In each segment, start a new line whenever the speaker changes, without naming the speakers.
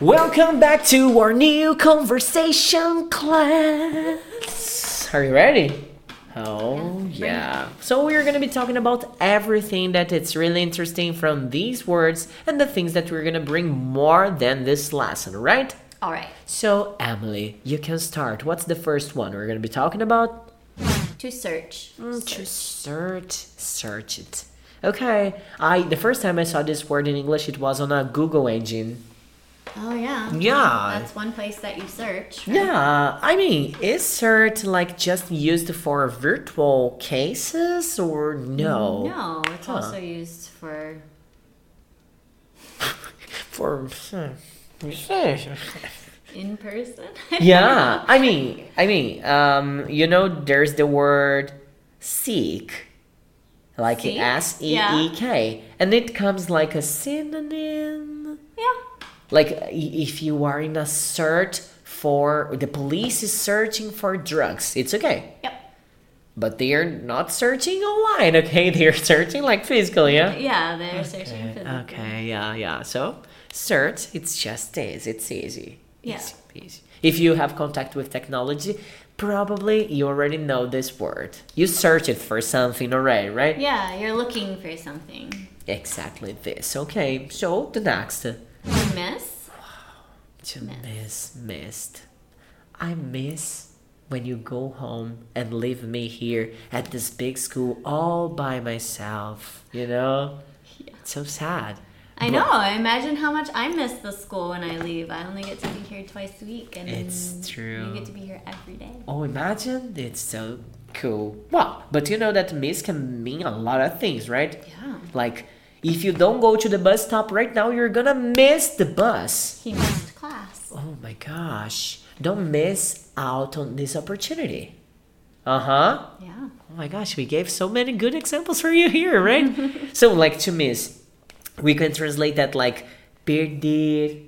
Welcome back to our new conversation class. Are you ready? Oh, yeah. So, we are going to be talking about everything that it's really interesting from these words and the things that we're going to bring more than this lesson, right?
All right.
So, Emily, you can start. What's the first one we're going to be talking about?
To search.
To search, search it. Okay. I the first time I saw this word in English, it was on a Google engine.
Oh yeah.
Yeah.
That's one place that you search.
Yeah, I mean, is cert like just used for virtual cases or no?
No, it's also used for
For hmm.
in person.
yeah, I mean, I mean, um, you know, there's the word seek, like
Seek?
S E E K, and it comes like a synonym.
yeah.
Like i- if you are in a cert for the police is searching for drugs, it's okay.
Yep.
But they are not searching online, okay? They are searching like physically, yeah?
Yeah, they're searching for
Okay,
the
okay, yeah, yeah. So, search, it's just this, it's easy.
Yeah.
It's easy. If you have contact with technology, probably you already know this word. You search it for something already, right?
Yeah, you're looking for something.
Exactly this. Okay, so the next.
You miss?
To miss, missed. I miss when you go home and leave me here at this big school all by myself. You know? It's so sad.
I
But
know. Imagine how much I miss the school when I leave. I only get to be here twice a week, and
It's true.
You get to be here every day.
Oh, imagine. It's so cool. Well, but you know that miss can mean a lot of things, right?
Yeah.
Like, if you don't go to the bus stop right now, you're gonna miss the bus.
He missed class.
Oh my gosh. Don't miss out on this opportunity. Uh huh.
Yeah.
Oh my gosh, we gave so many good examples for you here, right? so, like to miss, we can translate that like perder.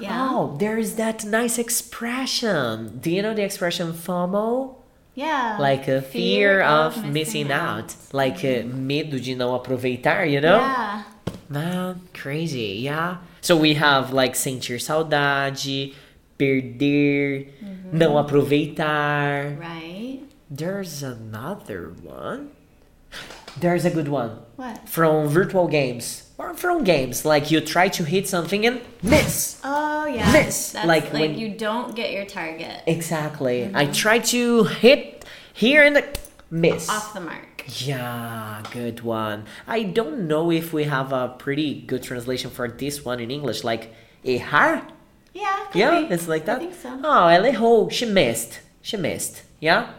Yeah.
Oh, there is that nice expression. Do you know the expression FOMO?
Yeah.
Like a fear, of, missing out. Like uh, medo de não aproveitar, you know?
Yeah.
Man, crazy, yeah. So we have like sentir saudade, perder, não aproveitar.
Right.
There's another one. There's a good one
What?
from virtual games or from games like you try to hit something and miss.
Oh yeah.
Miss,
That's
like
like,
when-
you don't get your target
Exactly.
Mm-hmm.
I try to hit here and the miss.
off the mark.
Yeah, good one. I don't know if we have a pretty good translation for this one in English like errar.
Yeah. could
Yeah,
be.
it's like that.
I think so.
Oh, ela errou. She missed. She missed. Yeah.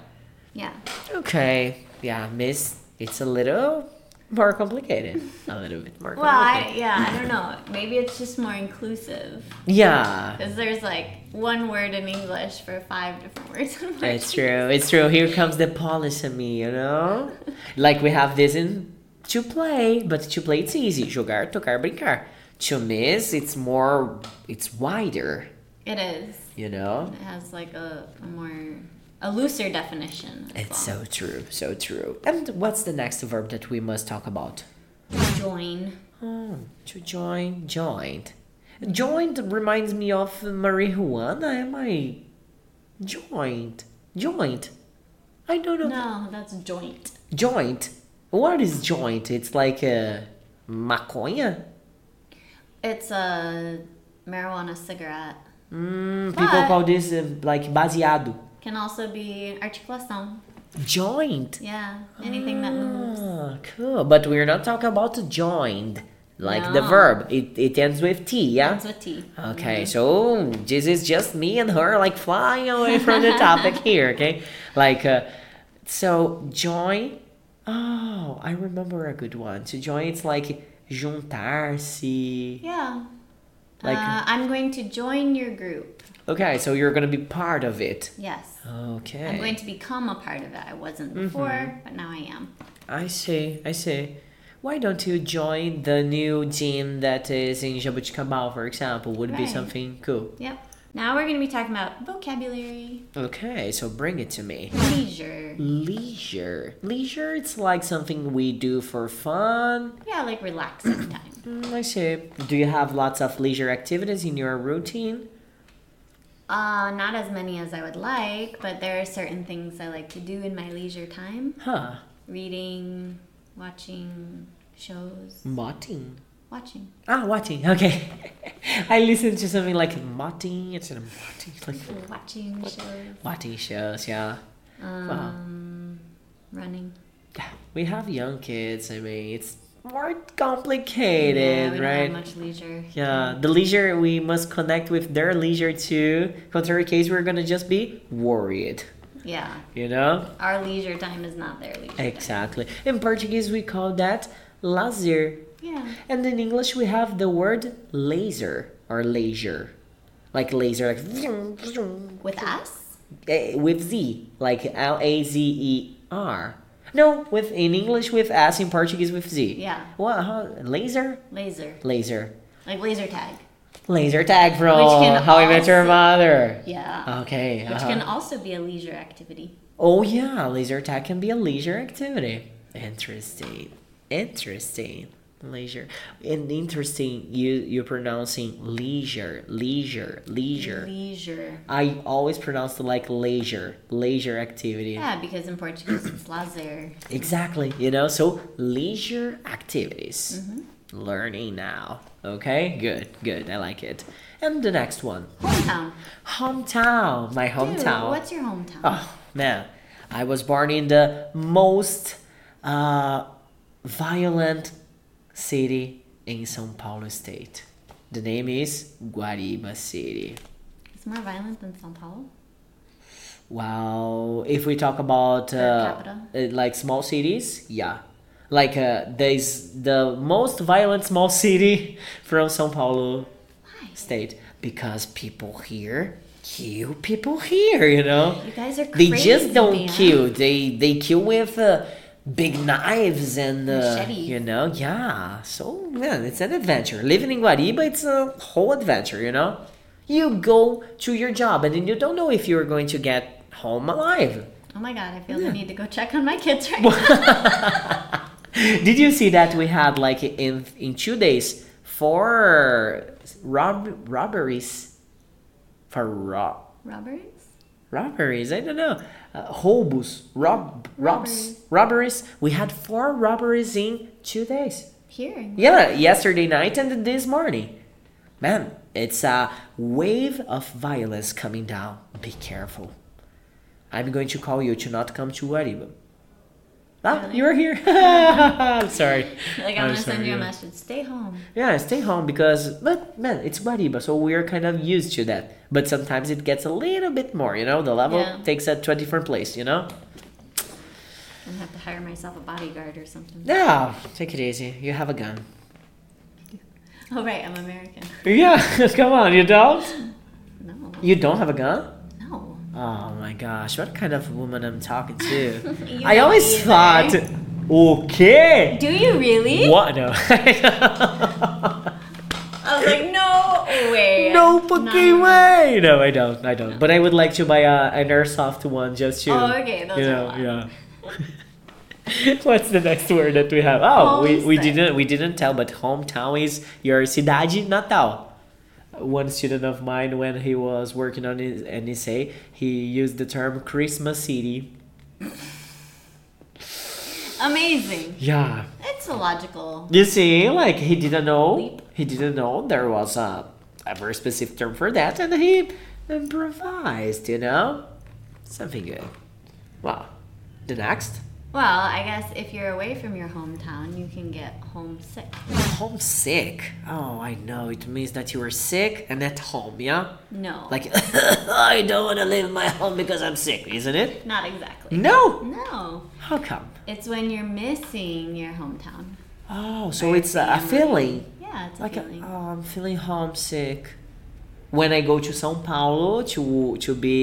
Yeah.
Okay. Yeah, miss. It's a little more complicated. A little bit more
Well,
complicated.
I, yeah, I don't know. Maybe it's just more inclusive
Yeah.
because there's like one word in English for five different words. in
It's
Portuguese.
true. It's true. Here comes the polysemy, you know? Like we have this in to play, but to play it's easy. Jogar, tocar, brincar. To miss, it's more, it's wider,
It is.
you know?
It has like a, a more a looser definition. as
It's so true, so true. And what's the next verb that we must talk about?
well. join.
Oh, to join, joined. Joined reminds me of marijuana. Am I joined? Joint. I don't know.
No, that's joint.
Joint. What is joint? It's like a maconha.
It's a marijuana cigarette.
Mm, people
But-
call this uh, like baseado.
Can also be articulação.
Joint.
Yeah, anything that moves.
Ah, cool. But we're not talking about joined, like the
No.
verb. It it ends with t. Yeah.
It's with T. Mm-hmm.
Okay, so this is just me and her like flying away from the topic here, okay? Like, uh, so join. Oh, I remember a good one. To join, it's like juntar-se.
Yeah.
Like-
uh, I'm going to join your group.
Okay, so you're gonna be part of it.
Yes.
Okay. Mm-hmm.
I'm going to become a part of it. I wasn't before, but now I am.
I see, I see. Why don't you join the new gym that is in Jabuticabal, for example? Would be
Right.
something cool.
Yep. Now we're going to be talking about vocabulary,
Okay, so bring it to me.
leisure.
Leisure. Leisure, it's like something we do for fun.
Yeah, like relaxing time.
Mm, I see. Do you have lots of leisure activities in your routine?
Uh, not as many as I would like, but there are certain things I like to do in my leisure time
Huh.
reading, watching shows,
Motting.
watching.
Ah, watching. Okay. I listened to something like motting. It's a motting, like
Watching shows.
motting shows. Yeah. Wow.
Um, running.
Yeah, We have young kids. I mean, it's more
yeah,
complicated,
we
right?
Don't have much leisure.
Yeah, the leisure we must connect with their leisure too. Contrary case, we're gonna just be worried.
Yeah,
You know
our leisure time is not their leisure. time.
exactly. In Portuguese, we call that lazer,
Yeah.
and in English, we have the word laser or leisure, like laser, like vroom, vroom,
With us?
eh, with Z, like L A Z E R. No, with in English with S, in Portuguese with Z.
Yeah.
What? How, laser,
Laser.
laser,
Like laser tag.
laser tag from
can
How I Met Your
also-
Mother.
Yeah.
Okay.
Which
uh-huh.
can also be a leisure activity.
Oh yeah, laser tag can be a leisure activity. Interesting. Interesting. Leisure. And interesting you you pronouncing leisure, leisure, leisure.
Leisure.
I always pronounce it like leisure, leisure activity.
Yeah, because in Portuguese it's lazer.
Exactly, you know, so leisure activities.
Mm-hmm.
Learning now. Okay? Good, good. I like it. And the next one.
Hometown.
Hometown. My
Dude,
hometown.
what's your hometown?
Oh man, I was born in the most uh, violent city in São Paulo state. The name is Guariba City.
It's more violent than Sao Paulo.
Wow, if we talk about uh,
capita?
uh, like small cities, yeah, like uh, there's the most violent small city from São Paulo
Why?
state because people here kill people here, you know.
You guys are
they
crazy.
just don't
man.
kill. They they kill with uh, big knives and uh,
Machetes.
you know, yeah. So man, it's an adventure. Living in Guariba, it's a whole adventure. You know, you go to your job and then you don't know if you're going to get home alive.
Oh my god, I feel the need to go check on my kids right now.
Did you see that we had like in in two days four rob robberies for rob
Roberts?
robberies i don't know uh, hobos rob robs robberies we had four robberies in two days
Here.
yeah yesterday night and this morning man it's a wave of violence coming down be careful i'm going to call you to not come to Guariba. Ah,
Really?
you're here. I'm sorry.
Like, I'm, gonna send you a message. Stay home.
Yeah, stay home because, but man, it's Guariba, so we're kind of used to that. But sometimes it gets a little bit more, you know? The level
Yeah.
takes it to a different place, you know?
I'm gonna have to hire myself a bodyguard or something.
Yeah, take it easy. You have a gun.
Oh, right, I'm American.
Yeah, come on, you don't?
No.
You don't have a gun?
No.
Oh my gosh, what kind of woman I'm talking to?
You
I
don't
always
either.
thought, okay.
Do you really?
What? No.
I was like, no way.
no
No.
fucking way! No, I don't. I don't. But I would like to buy a, an airsoft one just to.
Oh, okay, those
you
are a
know,
lot.
yeah. What's the next word that we have? Oh, we, we
Homestead.
didn't we didn't tell, but hometown is your cidade natal. One student of mine, when he was working on his an essay, he used the term Christmas city.
Amazing.
Yeah,
It's illogical.
You see, like he didn't know,
Leap.
he didn't know there was a, a very specific term for that, and he improvised. You know, something good. Wow. The next
Well, I guess if you're away from your hometown, you can get homesick.
homesick. Oh, I know. It means that you were sick and at home. Yeah.
No.
Like I don't want to leave my home because I'm sick, isn't it?
not exactly.
No.
No.
How come?
It's when you're missing your hometown.
Oh, so it's a, a feeling.
Yeah, it's a
Like,
feeling.
oh, I'm feeling homesick. When I go to São Paulo to to be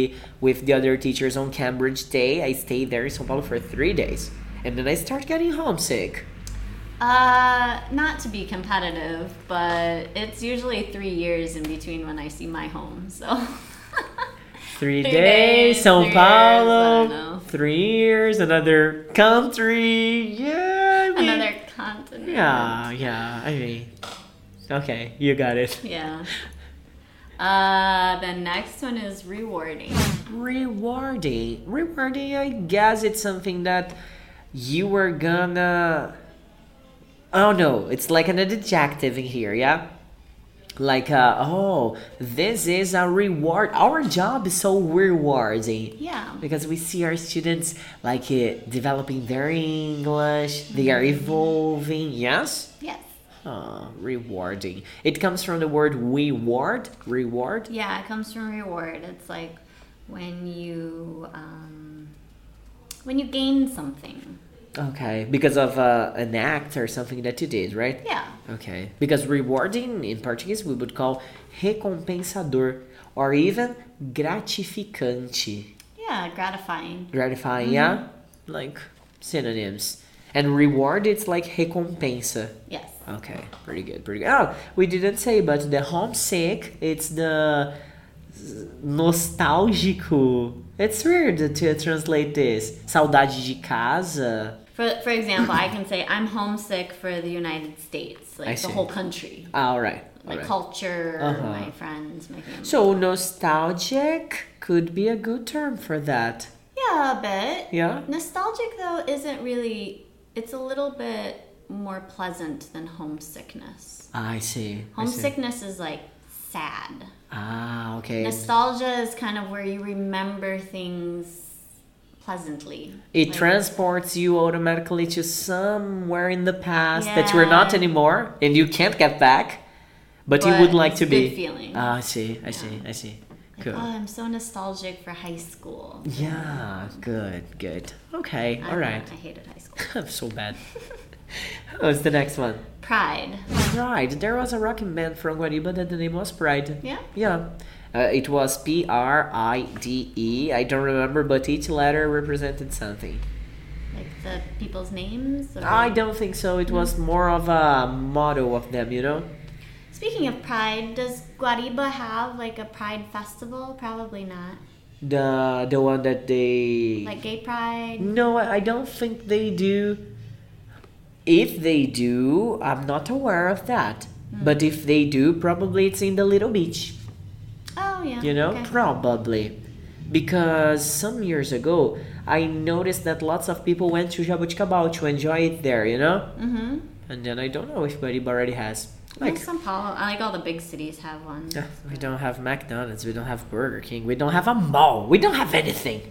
with the other teachers on Cambridge Day, I stay there in São Paulo for three days, and then I start getting homesick.
Uh, not to be competitive, but it's usually three years in between when I see my home. So
Three,
Three
days,
days,
São
three years, I don't
Paulo.
know.
three years, another country. Yeah, I mean,
another continent.
Yeah, yeah. I mean, okay, you got it.
Yeah. Uh, the next one is rewarding.
Rewarding, rewarding. I guess it's something that you were gonna. Oh no, it's like an adjective in here. Yeah. Like uh, oh, this is a reward. Our job is so rewarding.
Yeah.
because we see our students like it developing their English, they are evolving. Yes,
Yes.
Ah, rewarding. It comes from the word reward, reward.
Yeah, it comes from reward. It's like when you um, when you gain something.
Okay, because of uh, an act or something that you did, right?
Yeah.
Okay, because rewarding in Portuguese we would call recompensador or even gratificante.
Yeah, gratifying.
Gratifying, yeah, like synonyms. And reward, it's like recompensa.
Yes.
Okay, pretty good, pretty good. Oh, we didn't say, but the homesick, it's the nostálgico. It's weird to translate this. Saudade de casa.
For for example, I can say I'm homesick for the United States, like
I
the
see.
whole country,
Ah, all right.
my
All right.
culture,
Uh-huh.
my friends, my family.
So nostalgic could be a good term for that.
yeah, a bit.
Yeah.
Nostalgic though isn't really. It's a little bit more pleasant than homesickness.
I see. I see.
Homesickness is like sad.
Ah, okay.
Nostalgia is kind of where you remember things pleasantly.
It
Like-
transports you automatically to somewhere in the past that you are not
Yeah.
anymore and you can't get back, but, you would
But
like
it's
to be.
good feeling.
Ah, I see, I see, I see. Cool.
Oh, I'm so nostalgic for high school.
yeah, good, good. Okay,
I-
all right.
I hated high school.
I'm so bad. What's the next one?
Pride.
Pride. There was a rocking band from Guariba that the name was Pride.
Yeah?
Yeah. Uh, it was P R I D E. I don't remember, but each letter represented something.
Like the people's names? Or...
I don't think so. It
Mm.
was more of a motto of them, you know?
Speaking of pride, does Guariba have like a pride festival? Probably not.
The the one that they
Like gay pride?
No, I I don't think they do. If they do, I'm not aware of that.
Hmm.
But if they do, probably it's in the little beach,
Oh, yeah.
you know?
okay.
Probably. Because some years ago, I noticed that lots of people went to Jabuticabal to enjoy it there, you know?
Mm-hmm.
And then I don't know if Guariba already has.
Like
Like,
Sao Paulo. I like all the big cities have one.
Yeah, we don't have McDonald's, we don't have Burger King, we don't have a mall, we don't have anything.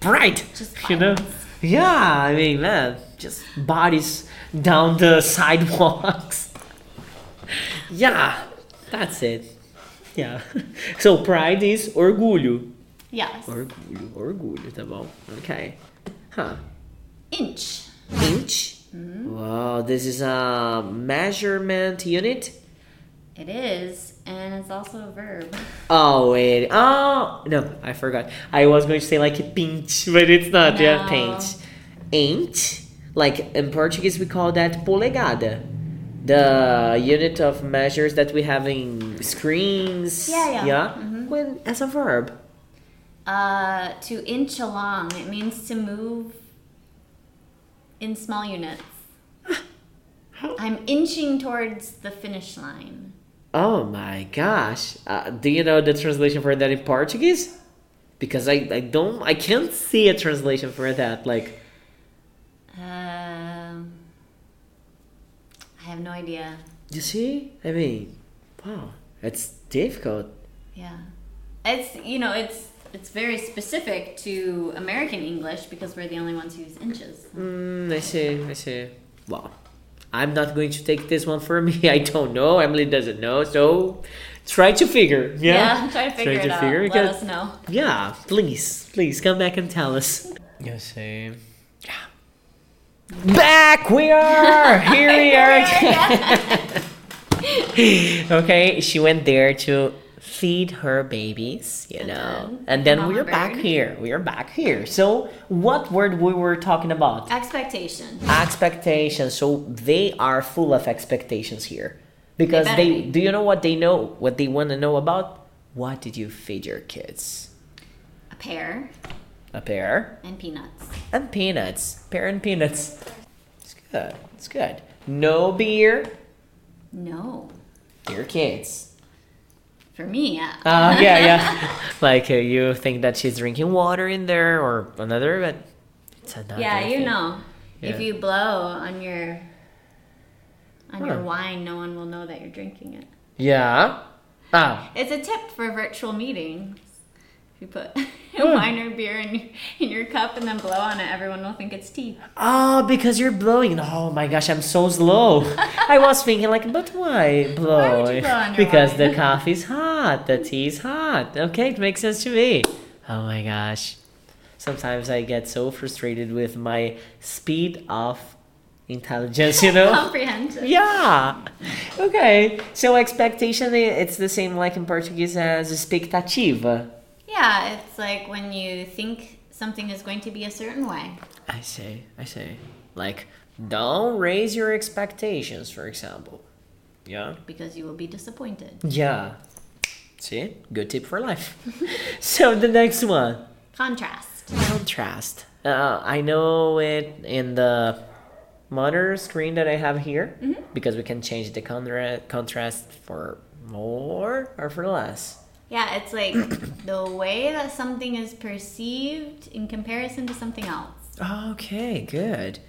Bright,
Just
you know?
violence.
Yeah, I mean, man, just bodies down the sidewalks. yeah, that's it. Yeah. So pride is orgulho.
Yes.
Orgulho, orgulho, tá bom? Okay. Huh.
Inch.
Inch? Wow, this is a measurement unit?
It is, and it's also a verb.
Oh wait. Oh no, I forgot. I was going to say like pinch, but it's not. Yeah,
No.
pinch. Inch. Like in Portuguese, we call that polegada, the unit of measures that we have in screens.
Yeah, Mm-hmm. yeah.
When as a verb.
Uh, to inch along, it means to move in small units. I'm inching towards the finish line.
Oh my gosh. Uh, do you know the translation for that in Portuguese? Because I, I don't I can't see a translation for that. Like
Um, I have no idea.
you see? I mean, wow, it's difficult.
Yeah, it's you know it's it's very specific to American English because we're the only ones who use inches.
Mm, I see, I see. Well, I'm not going to take this one for me. I don't know. Emily doesn't know, so try to figure. Yeah,
try to figure it out.
figure,
Let
because-
us know.
yeah, please, please come back and tell us. You see. Back we are. Here we are. again. okay, she went there to feed her babies, you know.
then
And then
mama
we're back
bird.
here. We are back here. So, what word we were talking about?
Expectation.
Expectations. So they are full of expectations here because
better
they,
be.
do you know what they know what they want to know about? What did you feed your kids?
A pear
A pear
and peanuts.
and peanuts. Pear and peanuts. It's good. It's good. No beer.
No.
Your kids.
For me, yeah.
Uh, yeah, yeah. like uh, you think that she's drinking water in there or another, but it's another.
yeah, you
thing.
know. If
Yeah.
you blow on your on your
Huh.
wine, no one will know that you're drinking it.
Yeah. Ah,
It's a tip for virtual meetings. If you put
Hmm.
wine or beer in your, in your cup and then blow on it, everyone will think it's tea.
Oh, because you're blowing. Oh my gosh, I'm so slow. I was thinking like, but why blow?
would you blow on your
because the
wine?
coffee's hot, the tea's hot. Okay, it makes sense to me. Oh my gosh. Sometimes I get so frustrated with my speed of intelligence, you know?
Comprehensive.
yeah. Okay. So expectation i- it's the same like in Portuguese as expectativa.
Yeah, it's like when you think something is going to be a certain way.
I say, I say. Like, don't raise your expectations, for example. Yeah.
because you will be disappointed.
Yeah. See? Good tip for life. so the next one
Contrast.
contrast. Uh, I know it in the monitor screen that I have here because we can change the contra- contrast for more or for less.
Yeah, it's like the way that something is perceived in comparison to something else.
Okay, good.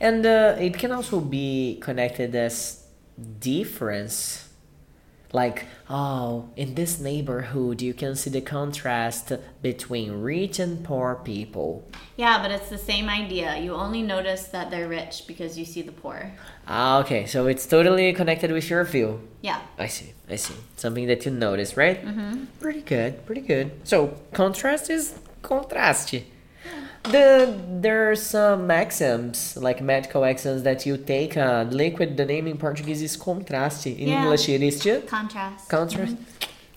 And uh, it can also be connected as difference. Like, oh, in this neighborhood, you can see the contrast between rich and poor people.
Yeah, but it's the same idea. You only notice that they're rich because you see the poor.
Ah, okay, so it's totally connected with your view.
Yeah.
I see, I see. Something that you notice, right? Mm-hmm. Pretty good, pretty good. So, contrast is contraste. The, there are some axioms, like medical axioms, that you take a liquid, the name in Portuguese is contraste. In
Yeah.
English, it is just
Contrast.
contrast.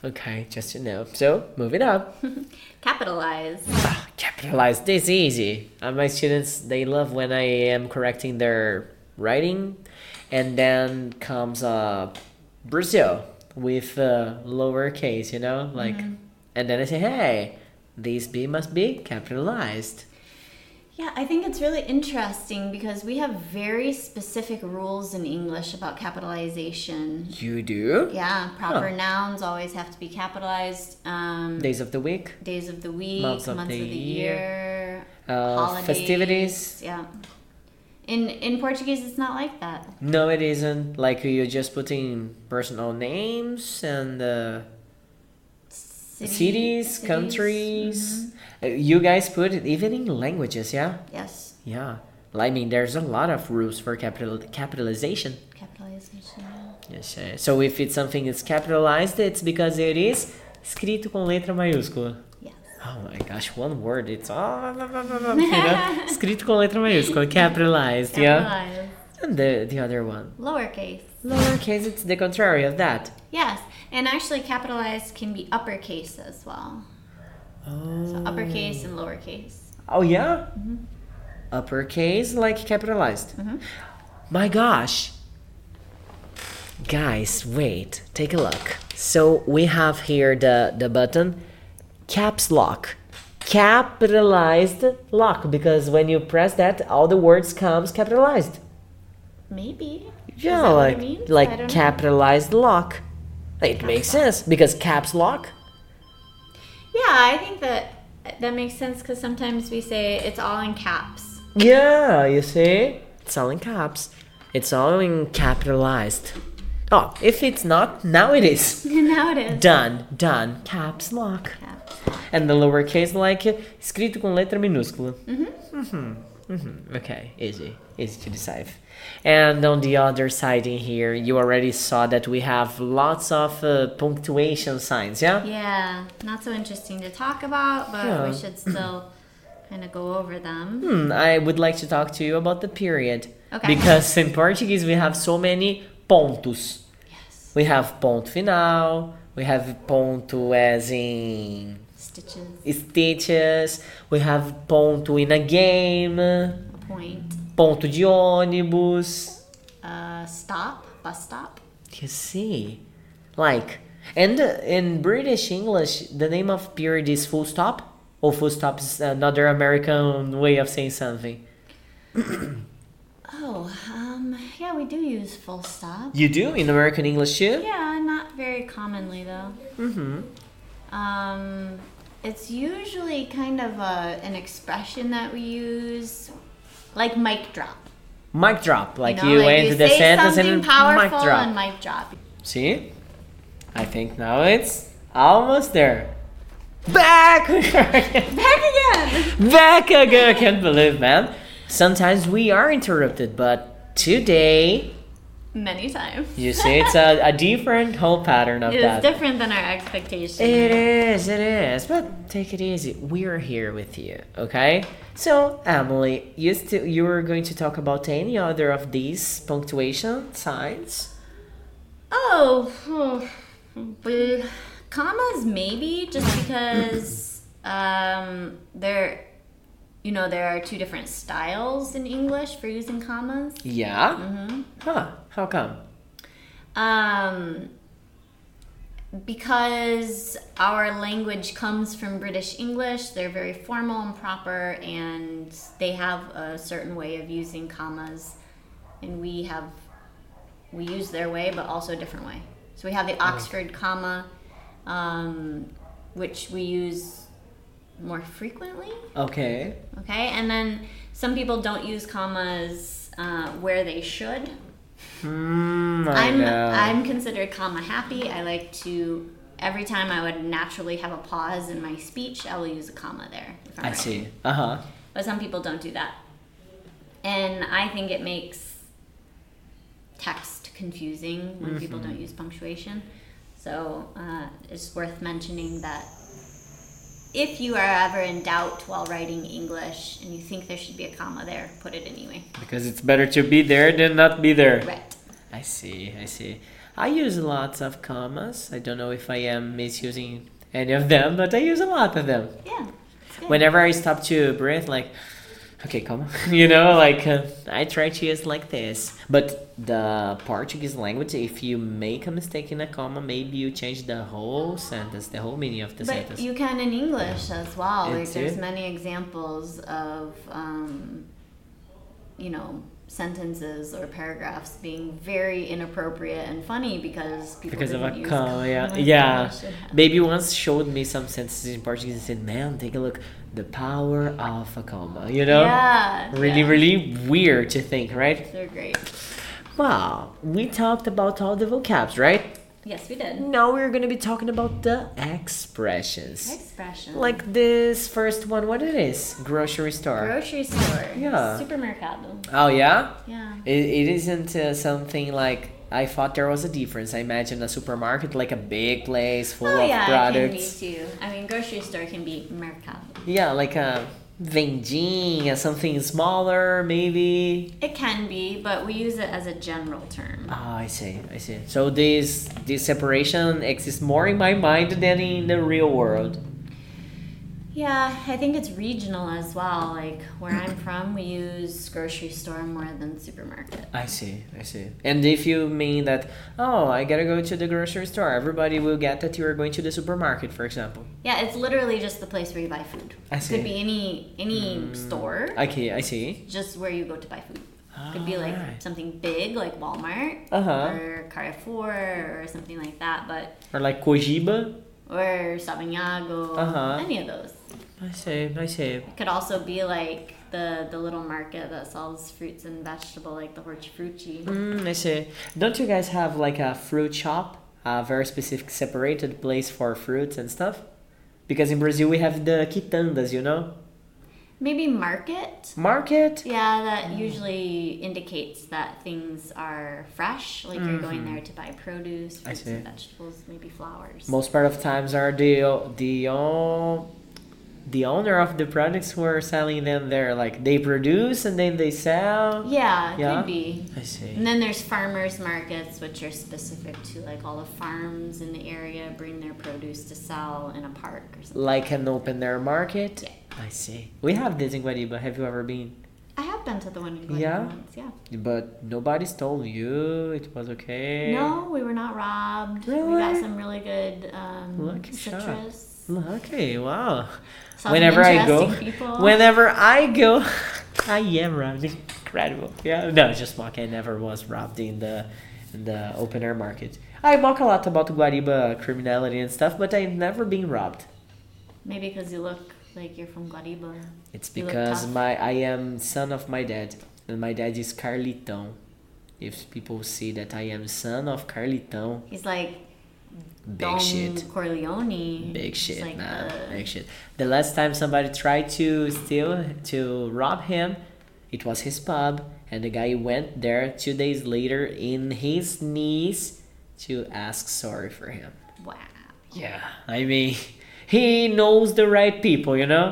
Okay, just to know. So, moving up.
Capitalize.
Ah, capitalize this is easy and my students they love when i am correcting their writing and then comes uh brazil with uh, lowercase you know like and then i say hey this b must be capitalized
Yeah, I think it's really interesting because we have very specific rules in English about capitalization.
you do
Yeah, proper nouns always have to be capitalized. Um,
days of the week
days of the week,
Months
months
of
of,
the
the,
year.
year,
Uh,
holidays,
festivities.
Yeah. In in Portuguese, it's not like that.
no it isn't like you're just putting personal names and uh,
City- mm-hmm.
cities, countries Uh, you guys put it even in languages yeah
Yes,
Yeah. I mean, there's a lot of rules for capital capitalization.
capitalization.
Yes, uh, So if it's something is capitalized, it's because it is escrito com letra maiúscula.
Yes.
Oh my gosh, one word, it's all... you know? Escrito com letra maiúscula, capitalized, yeah.
Capitalized.
And the, the other one.
Lowercase.
Lowercase, it's the contrary of that.
Yes, and actually, capitalized can be uppercase as well.
Oh,
So uppercase and lowercase.
oh yeah? Uppercase, like capitalized.
Mm-hmm.
My gosh. Guys, wait, take a look. So we have here the, the button caps lock. Capitalized lock because when you press that all the words comes capitalized.
Maybe. Is
Yeah,
that what it
like
means? I
like
don't know.
capitalized lock. It makes sense because caps lock.
Yeah, I think that that makes sense because sometimes we say it's all in caps.
Yeah, you see? It's all in caps. It's all in capitalized. Oh, if it's not, now it is.
now it is.
Done, done, caps lock.
Caps.
And the lowercase like escrito com letra minúscula. Mm-hmm. Mm-hmm. Okay, easy, easy to decipher. And on the other side in here, you already saw that we have lots of uh, punctuation signs, yeah?
Yeah, not so interesting to talk about, but
Yeah.
we should still kind of go over them.
Hmm, I would like to talk to you about the period.
Okay.
Because in Portuguese we have so many pontos.
Yes.
We have ponto final, We have ponto as in
Stitches.
stitches. We have ponto in a game.
A point.
Ponto de ônibus.
Uh, stop. Bus stop.
You see? Like, and uh, in British English, the name of period is full stop. Or full stop is another American way of saying something.
Oh, um, yeah, we do use full stop.
You do in American English too?
Yeah, not very commonly though. Mm-hmm. Um, it's usually kind of a, an expression that we use, like mic drop.
Mic drop. Like
know,
you,
like
end the
say
sentence
something
and mic
powerful
drop.
and mic drop.
See? I think now it's almost there. Back!
Back again.
Back again! I can't believe, man. Sometimes we are interrupted, but today,
Many times.
you see, it's a, a different whole pattern of that.
It's different than our expectations.
It is, it is. But take it easy. We're here with you, okay? So, Emily, you still you were going to talk about any other of these punctuation signs?
Oh, hmm, well, commas maybe just because um, there, you know, there are two different styles in English for using commas.
Yeah. Huh? How come?
Um, because our language comes from British English, they're very formal and proper, and they have a certain way of using commas, and we have we use their way, but also a different way. So we have the Oxford comma, um, which we use more frequently.
Okay.
Okay, and then some people don't use commas uh, where they should.
Hmm. I
I'm
know.
I'm considered comma happy. I like to every time I would naturally have a pause in my speech, I will use a comma there. if I'm
I
right.
see. Uh huh.
But some people don't do that. And I think it makes text confusing when people
Mm-hmm.
don't use punctuation. So uh, it's worth mentioning that if you are ever in doubt while writing English and you think there should be a comma there, put it anyway.
Because it's better to be there than not be there.
Right.
I see. I see. I use lots of commas. I don't know if I am misusing any of them, but I use a lot of them.
Yeah. it's good.
whenever I stop to breathe, like, okay, come, on. you know, like uh, I try to use like this. But the Portuguese language, if you make a mistake in a comma, maybe you change the whole sentence, the whole meaning of the
But
sentence.
you can in English as well. Like
It's
there's
it.
many examples of, um, you know, sentences or paragraphs being very inappropriate and funny because people
because of
didn't
a
use Oh
comma, yeah,
commas
yeah.
in English.
Baby once showed me some sentences in Portuguese and said, "Man, take a look, the power of a comma." You know,
yeah,
really,
yeah.
really weird to think, right?
They're great.
Wow, we talked about all the vocabs, right?
Yes, we did.
Now we're gonna be talking about the expressions.
Expression.
Like this first one, what it is? Grocery store.
grocery store.
Yeah.
Supermercado.
oh yeah?
Yeah.
It, it isn't uh, something like I thought there was a difference. I imagine a supermarket like a big place full
Oh
of
yeah,
products.
it can be too. I mean, grocery store can be mercado.
Yeah, like a vendinha, something smaller maybe.
It can be, but we use it as a general term.
Ah, I see, I see. So this this separation exists more in my mind than in the real world.
Yeah, I think it's regional as well. Like where I'm from, we use grocery store more than supermarket.
I see, I see. And if you mean that, oh, I gotta go to the grocery store, everybody will get that you are going to the supermarket, for example.
Yeah, it's literally just the place where you buy food.
I see. Hmm.
Could be any any store,
Okay, I see.
just where you go to buy food. Could be like
Alright.
something big like Walmart
Uh-huh.
or Carrefour or something like that, but
Or like Cojiba.
or Sauvignago,
Uh-huh.
any of those.
I see, I see.
It could also be like the the little market that sells fruits and vegetable like the hortifruti.
Mm, I see. Don't you guys have like a fruit shop? A very specific separated place for fruits and stuff? Because in Brazil we have the quitandas, you know?
Maybe market.
Market?
Yeah, that usually indicates that things are fresh. Like you're going there to buy produce,
Mm-hmm. I
fruits and
see.
vegetables, maybe flowers.
Most part of times are the the uh, the owner of the products who are selling them they're like they produce and then they sell
Yeah, it
Yeah.
could be.
i see
And then there's farmers markets, which are specific to like all the farms in the area bring their produce to sell in a park or something.
like an open air market
Yeah.
i see we have this in guadiba have you ever been
I have been to the one in Glen
Yeah?
once, yeah.
but nobody's told you it was okay
No, we were not robbed. We got
Really?
some really good um,
Lucky shot.
citrus.
okay wow
Saw some
whenever I go,
interesting people.
Whenever I go, I am robbed. Incredible. Yeah. No, just mock. I never was robbed in the in the open air market. I mock a lot about Guariba criminality and stuff, but I've never been robbed.
Maybe because you look like you're from Guariba.
It's
You look
because
tough.
my I am son of my dad, and my dad is Carlitão. If people see that I am son of Carlitão,
He's like
big
Don
shit.
Corleone.
Big
It's
shit,
like,
man.
uh,
Big shit. The last time somebody tried to steal, to rob him, it was his pub, and the guy went there two days later in his knees to ask sorry for him.
wow.
Yeah, I mean, he knows the right people, you know?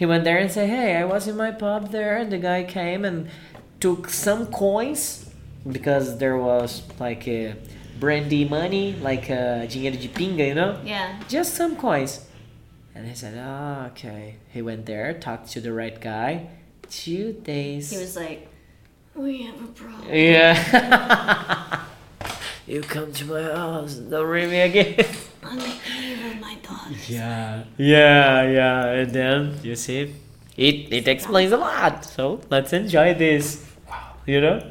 He went there and said, Hey, I was in my pub there, and the guy came and took some coins because there was like a brandy money, like uh, dinheiro de pinga, you know?
Yeah.
just some coins. And he said, oh, okay. He went there, talked to the right guy. Two days.
He was like, we have a problem.
yeah. you come to my house, don't ring me again.
On the eve of my daughters.
Yeah. Yeah, yeah. And then, you see, it, it explains a lot. So let's enjoy this. Wow. You know?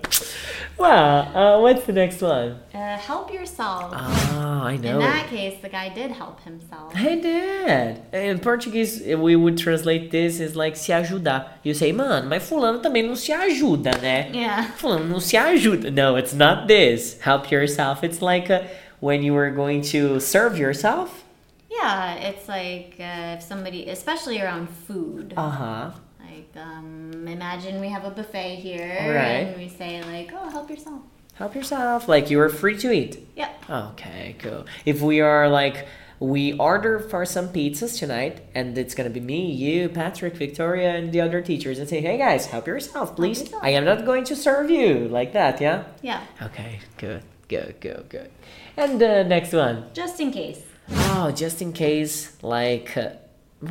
Wow. Uh, what's the next one?
Uh, help yourself.
Ah, I know.
In that case, the guy did help himself.
I did. In Portuguese, we would translate this as like se ajudar. You say, mano, mas fulano também não se ajuda, né?
Yeah.
Fulano não se ajuda. No, it's not this. Help yourself. It's like uh when you were going to serve yourself.
Yeah, it's like uh, if somebody, especially around food.
Uh huh.
Like, um, imagine we have a buffet here,
Right.
and we say like, "Oh, help yourself."
Help yourself. Like you were free to eat.
Yep.
Okay, cool. If we are like, we order for some pizzas tonight, and it's gonna be me, you, Patrick, Victoria, and the other teachers, and say, hey guys, help yourself, please.
yourself."
I am not going to serve you like that, yeah?
Yeah.
Okay, good, good, good, good. And the next one.
Just in case.
Oh, just in case, like, uh,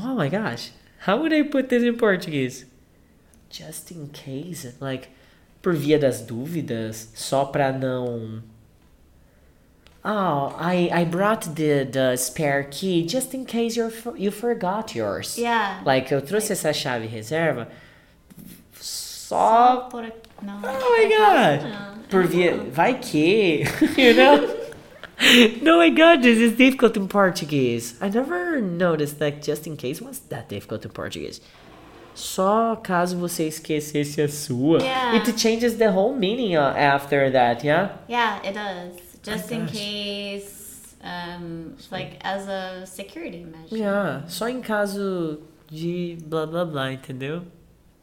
oh my gosh, how would I put this in Portuguese? Just in case, like, por via das dúvidas, só pra não. Oh, I I brought the the spare key just in case you you forgot yours.
Yeah.
Like eu trouxe essa chave reserva só
Oh, por a- no.
Oh my god! Por via... Vai que... you know? no my god, this is difficult in Portuguese. I never noticed that just in case was that difficult in Portuguese. Só caso você esquecesse a sua.
Yeah.
It changes the whole meaning uh, after that, yeah?
Yeah, it does. Just in
gosh.
case, um, like as a security measure.
Yeah. Só em caso de blá blá blá, entendeu?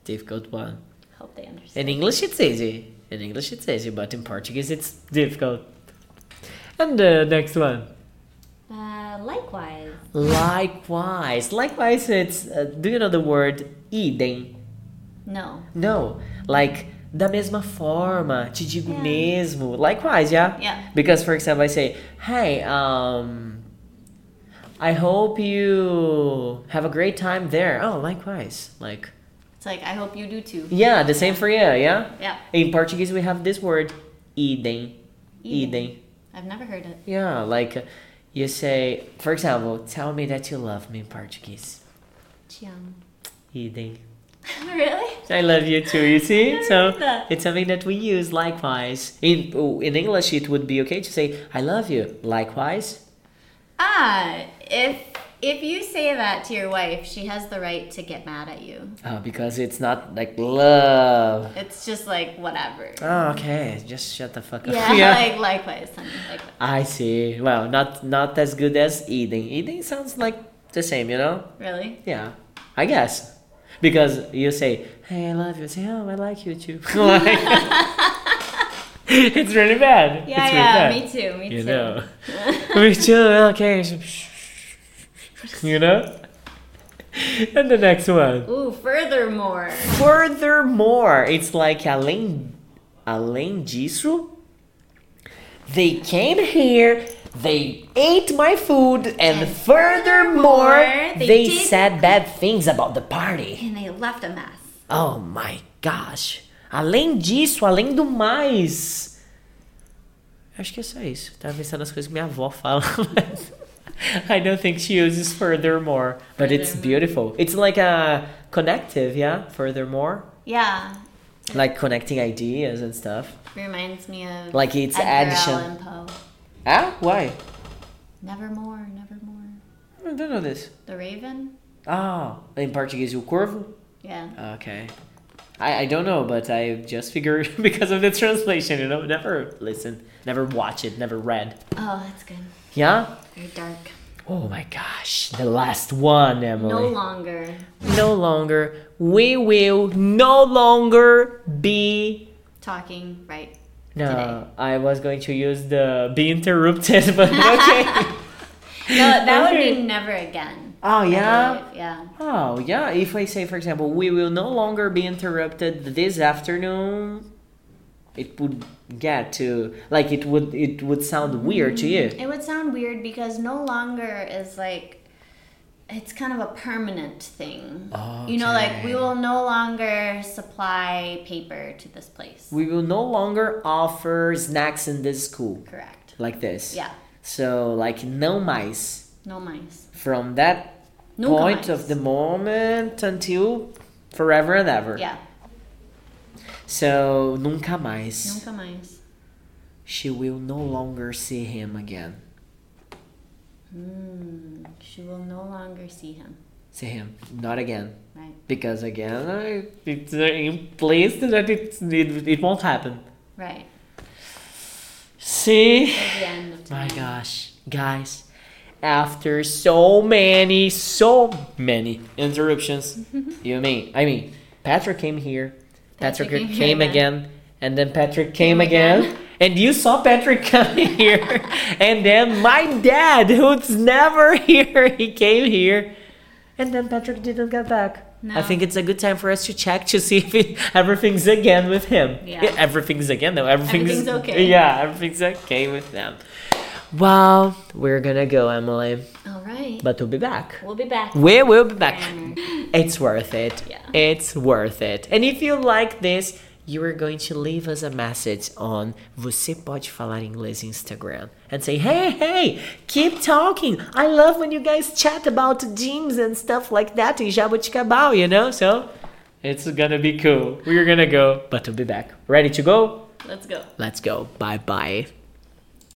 Difficult one.
Hope they understand.
In English, it's easy. In English, it's easy, but in Portuguese, it's difficult. And the next one.
Uh, likewise.
Likewise. Likewise, it's. Uh, do you know the word idem?
No.
No. Like, da mesma forma, te digo
Yeah.
mesmo. Likewise, yeah?
Yeah.
Because, for example, I say, hey, um. I hope you have a great time there. Oh, likewise. Like,
It's like I hope you do too.
yeah, the same for you, yeah?
Yeah.
In Portuguese, we have this word, idem.
Idem.
Idem.
I've never heard it.
Yeah, like uh, you say, for example, tell me that you love me in Portuguese.
Chiang.
Idem.
really?
I love you too. You see,
Never
so
heard that.
it's something that we use likewise. In oh, in English, it would be okay to say "I love you" likewise.
Ah, if if you say that to your wife, she has the right to get mad at you.
Uh, because it's not like love.
It's just like whatever.
Oh, okay. Just shut the fuck up.
Yeah, like likewise, honey. Likewise.
I see. Well, not not as good as eating. Eating sounds like the same, you know.
Really?
Yeah, I guess. Because you say, hey, I love you. I say, oh, I like you too. Like- it's really bad.
Yeah,
it's
yeah.
really bad.
Me too. Me
you
too.
know. me too. Okay. You know? and the next one.
Ooh, furthermore.
Furthermore, it's like além, além disso, they came here, they ate my food, and,
And
furthermore,
furthermore,
they,
they did-
said bad things about the party.
And they left a mess.
Oh my gosh. Além disso, além do mais. Acho que é só isso. Tava pensando nas coisas que minha avó fala, mas. I don't think she uses furthermore, but it's
Furthermore.
beautiful. It's like a connective, yeah? Furthermore.
Yeah.
Like connecting ideas and stuff.
Reminds me of
Like it's
Edgar
addition.
Allan Poe.
Ah, why?
Nevermore, nevermore.
I don't know this.
The Raven?
Ah, in Portuguese, o corvo?
Yeah.
Okay. I, I don't know, but I just figured because of the translation, you know? Never listen, never watch it, never read.
Oh, that's good.
Yeah?
Very dark.
Oh my gosh, the last one, Emily.
No longer.
No longer. We will no longer be.
Talking, right.
No,
Today.
I was going to use the be interrupted, but okay.
No, that would
Okay.
be never again.
oh,
I
yeah?
believe, Yeah.
Oh, yeah. If I say, for example, we will no longer be interrupted this afternoon, it would get to. Like, it would, it would sound weird to you.
It would sound weird because no longer is like it's kind of a permanent thing. You know, like we
Okay.
will no longer supply paper to this place.
We will no longer offer snacks in this school.
Correct.
Like this.
Yeah.
So, like, no mice.
No mice.
From that
Nunca
point
mais.
of the moment until forever and ever.
Yeah.
So, nunca mais.
Nunca mais.
She will no longer see him again.
Mm, she will no longer see him.
See him. Not again.
Right.
Because again, I- it's uh, implies that it, it, it won't happen.
Right.
See?
Till the end of
My
time.
gosh, guys, after so many, so many interruptions,
Mm-hmm.
you mean? I mean, Patrick came here, Patrick,
Patrick
came,
came here
again.
again.
and then Patrick came again.
again.
And you saw Patrick coming here, and then my dad, who's never here, he came here, and then Patrick didn't get back. I
No.
think it's a good time for us to check to see if it, everything's again with him.
Yeah.
everything's again though. Everything's,
Everything's okay.
Yeah, everything's okay with them. Well, we're gonna go, Emily,
All right.
but we'll be back.
We'll be back.
We will be back.
Grammar.
It's worth it.
Yeah.
It's worth it. And if you like this, you are going to leave us a message on Você Pode Falar Inglês Instagram and say, hey, hey, keep talking. I love when you guys chat about gyms and stuff like that in Jaboticabal, you know? So it's gonna be cool. We're gonna go, but we'll be back. Ready to go?
Let's go.
Let's go. Bye bye.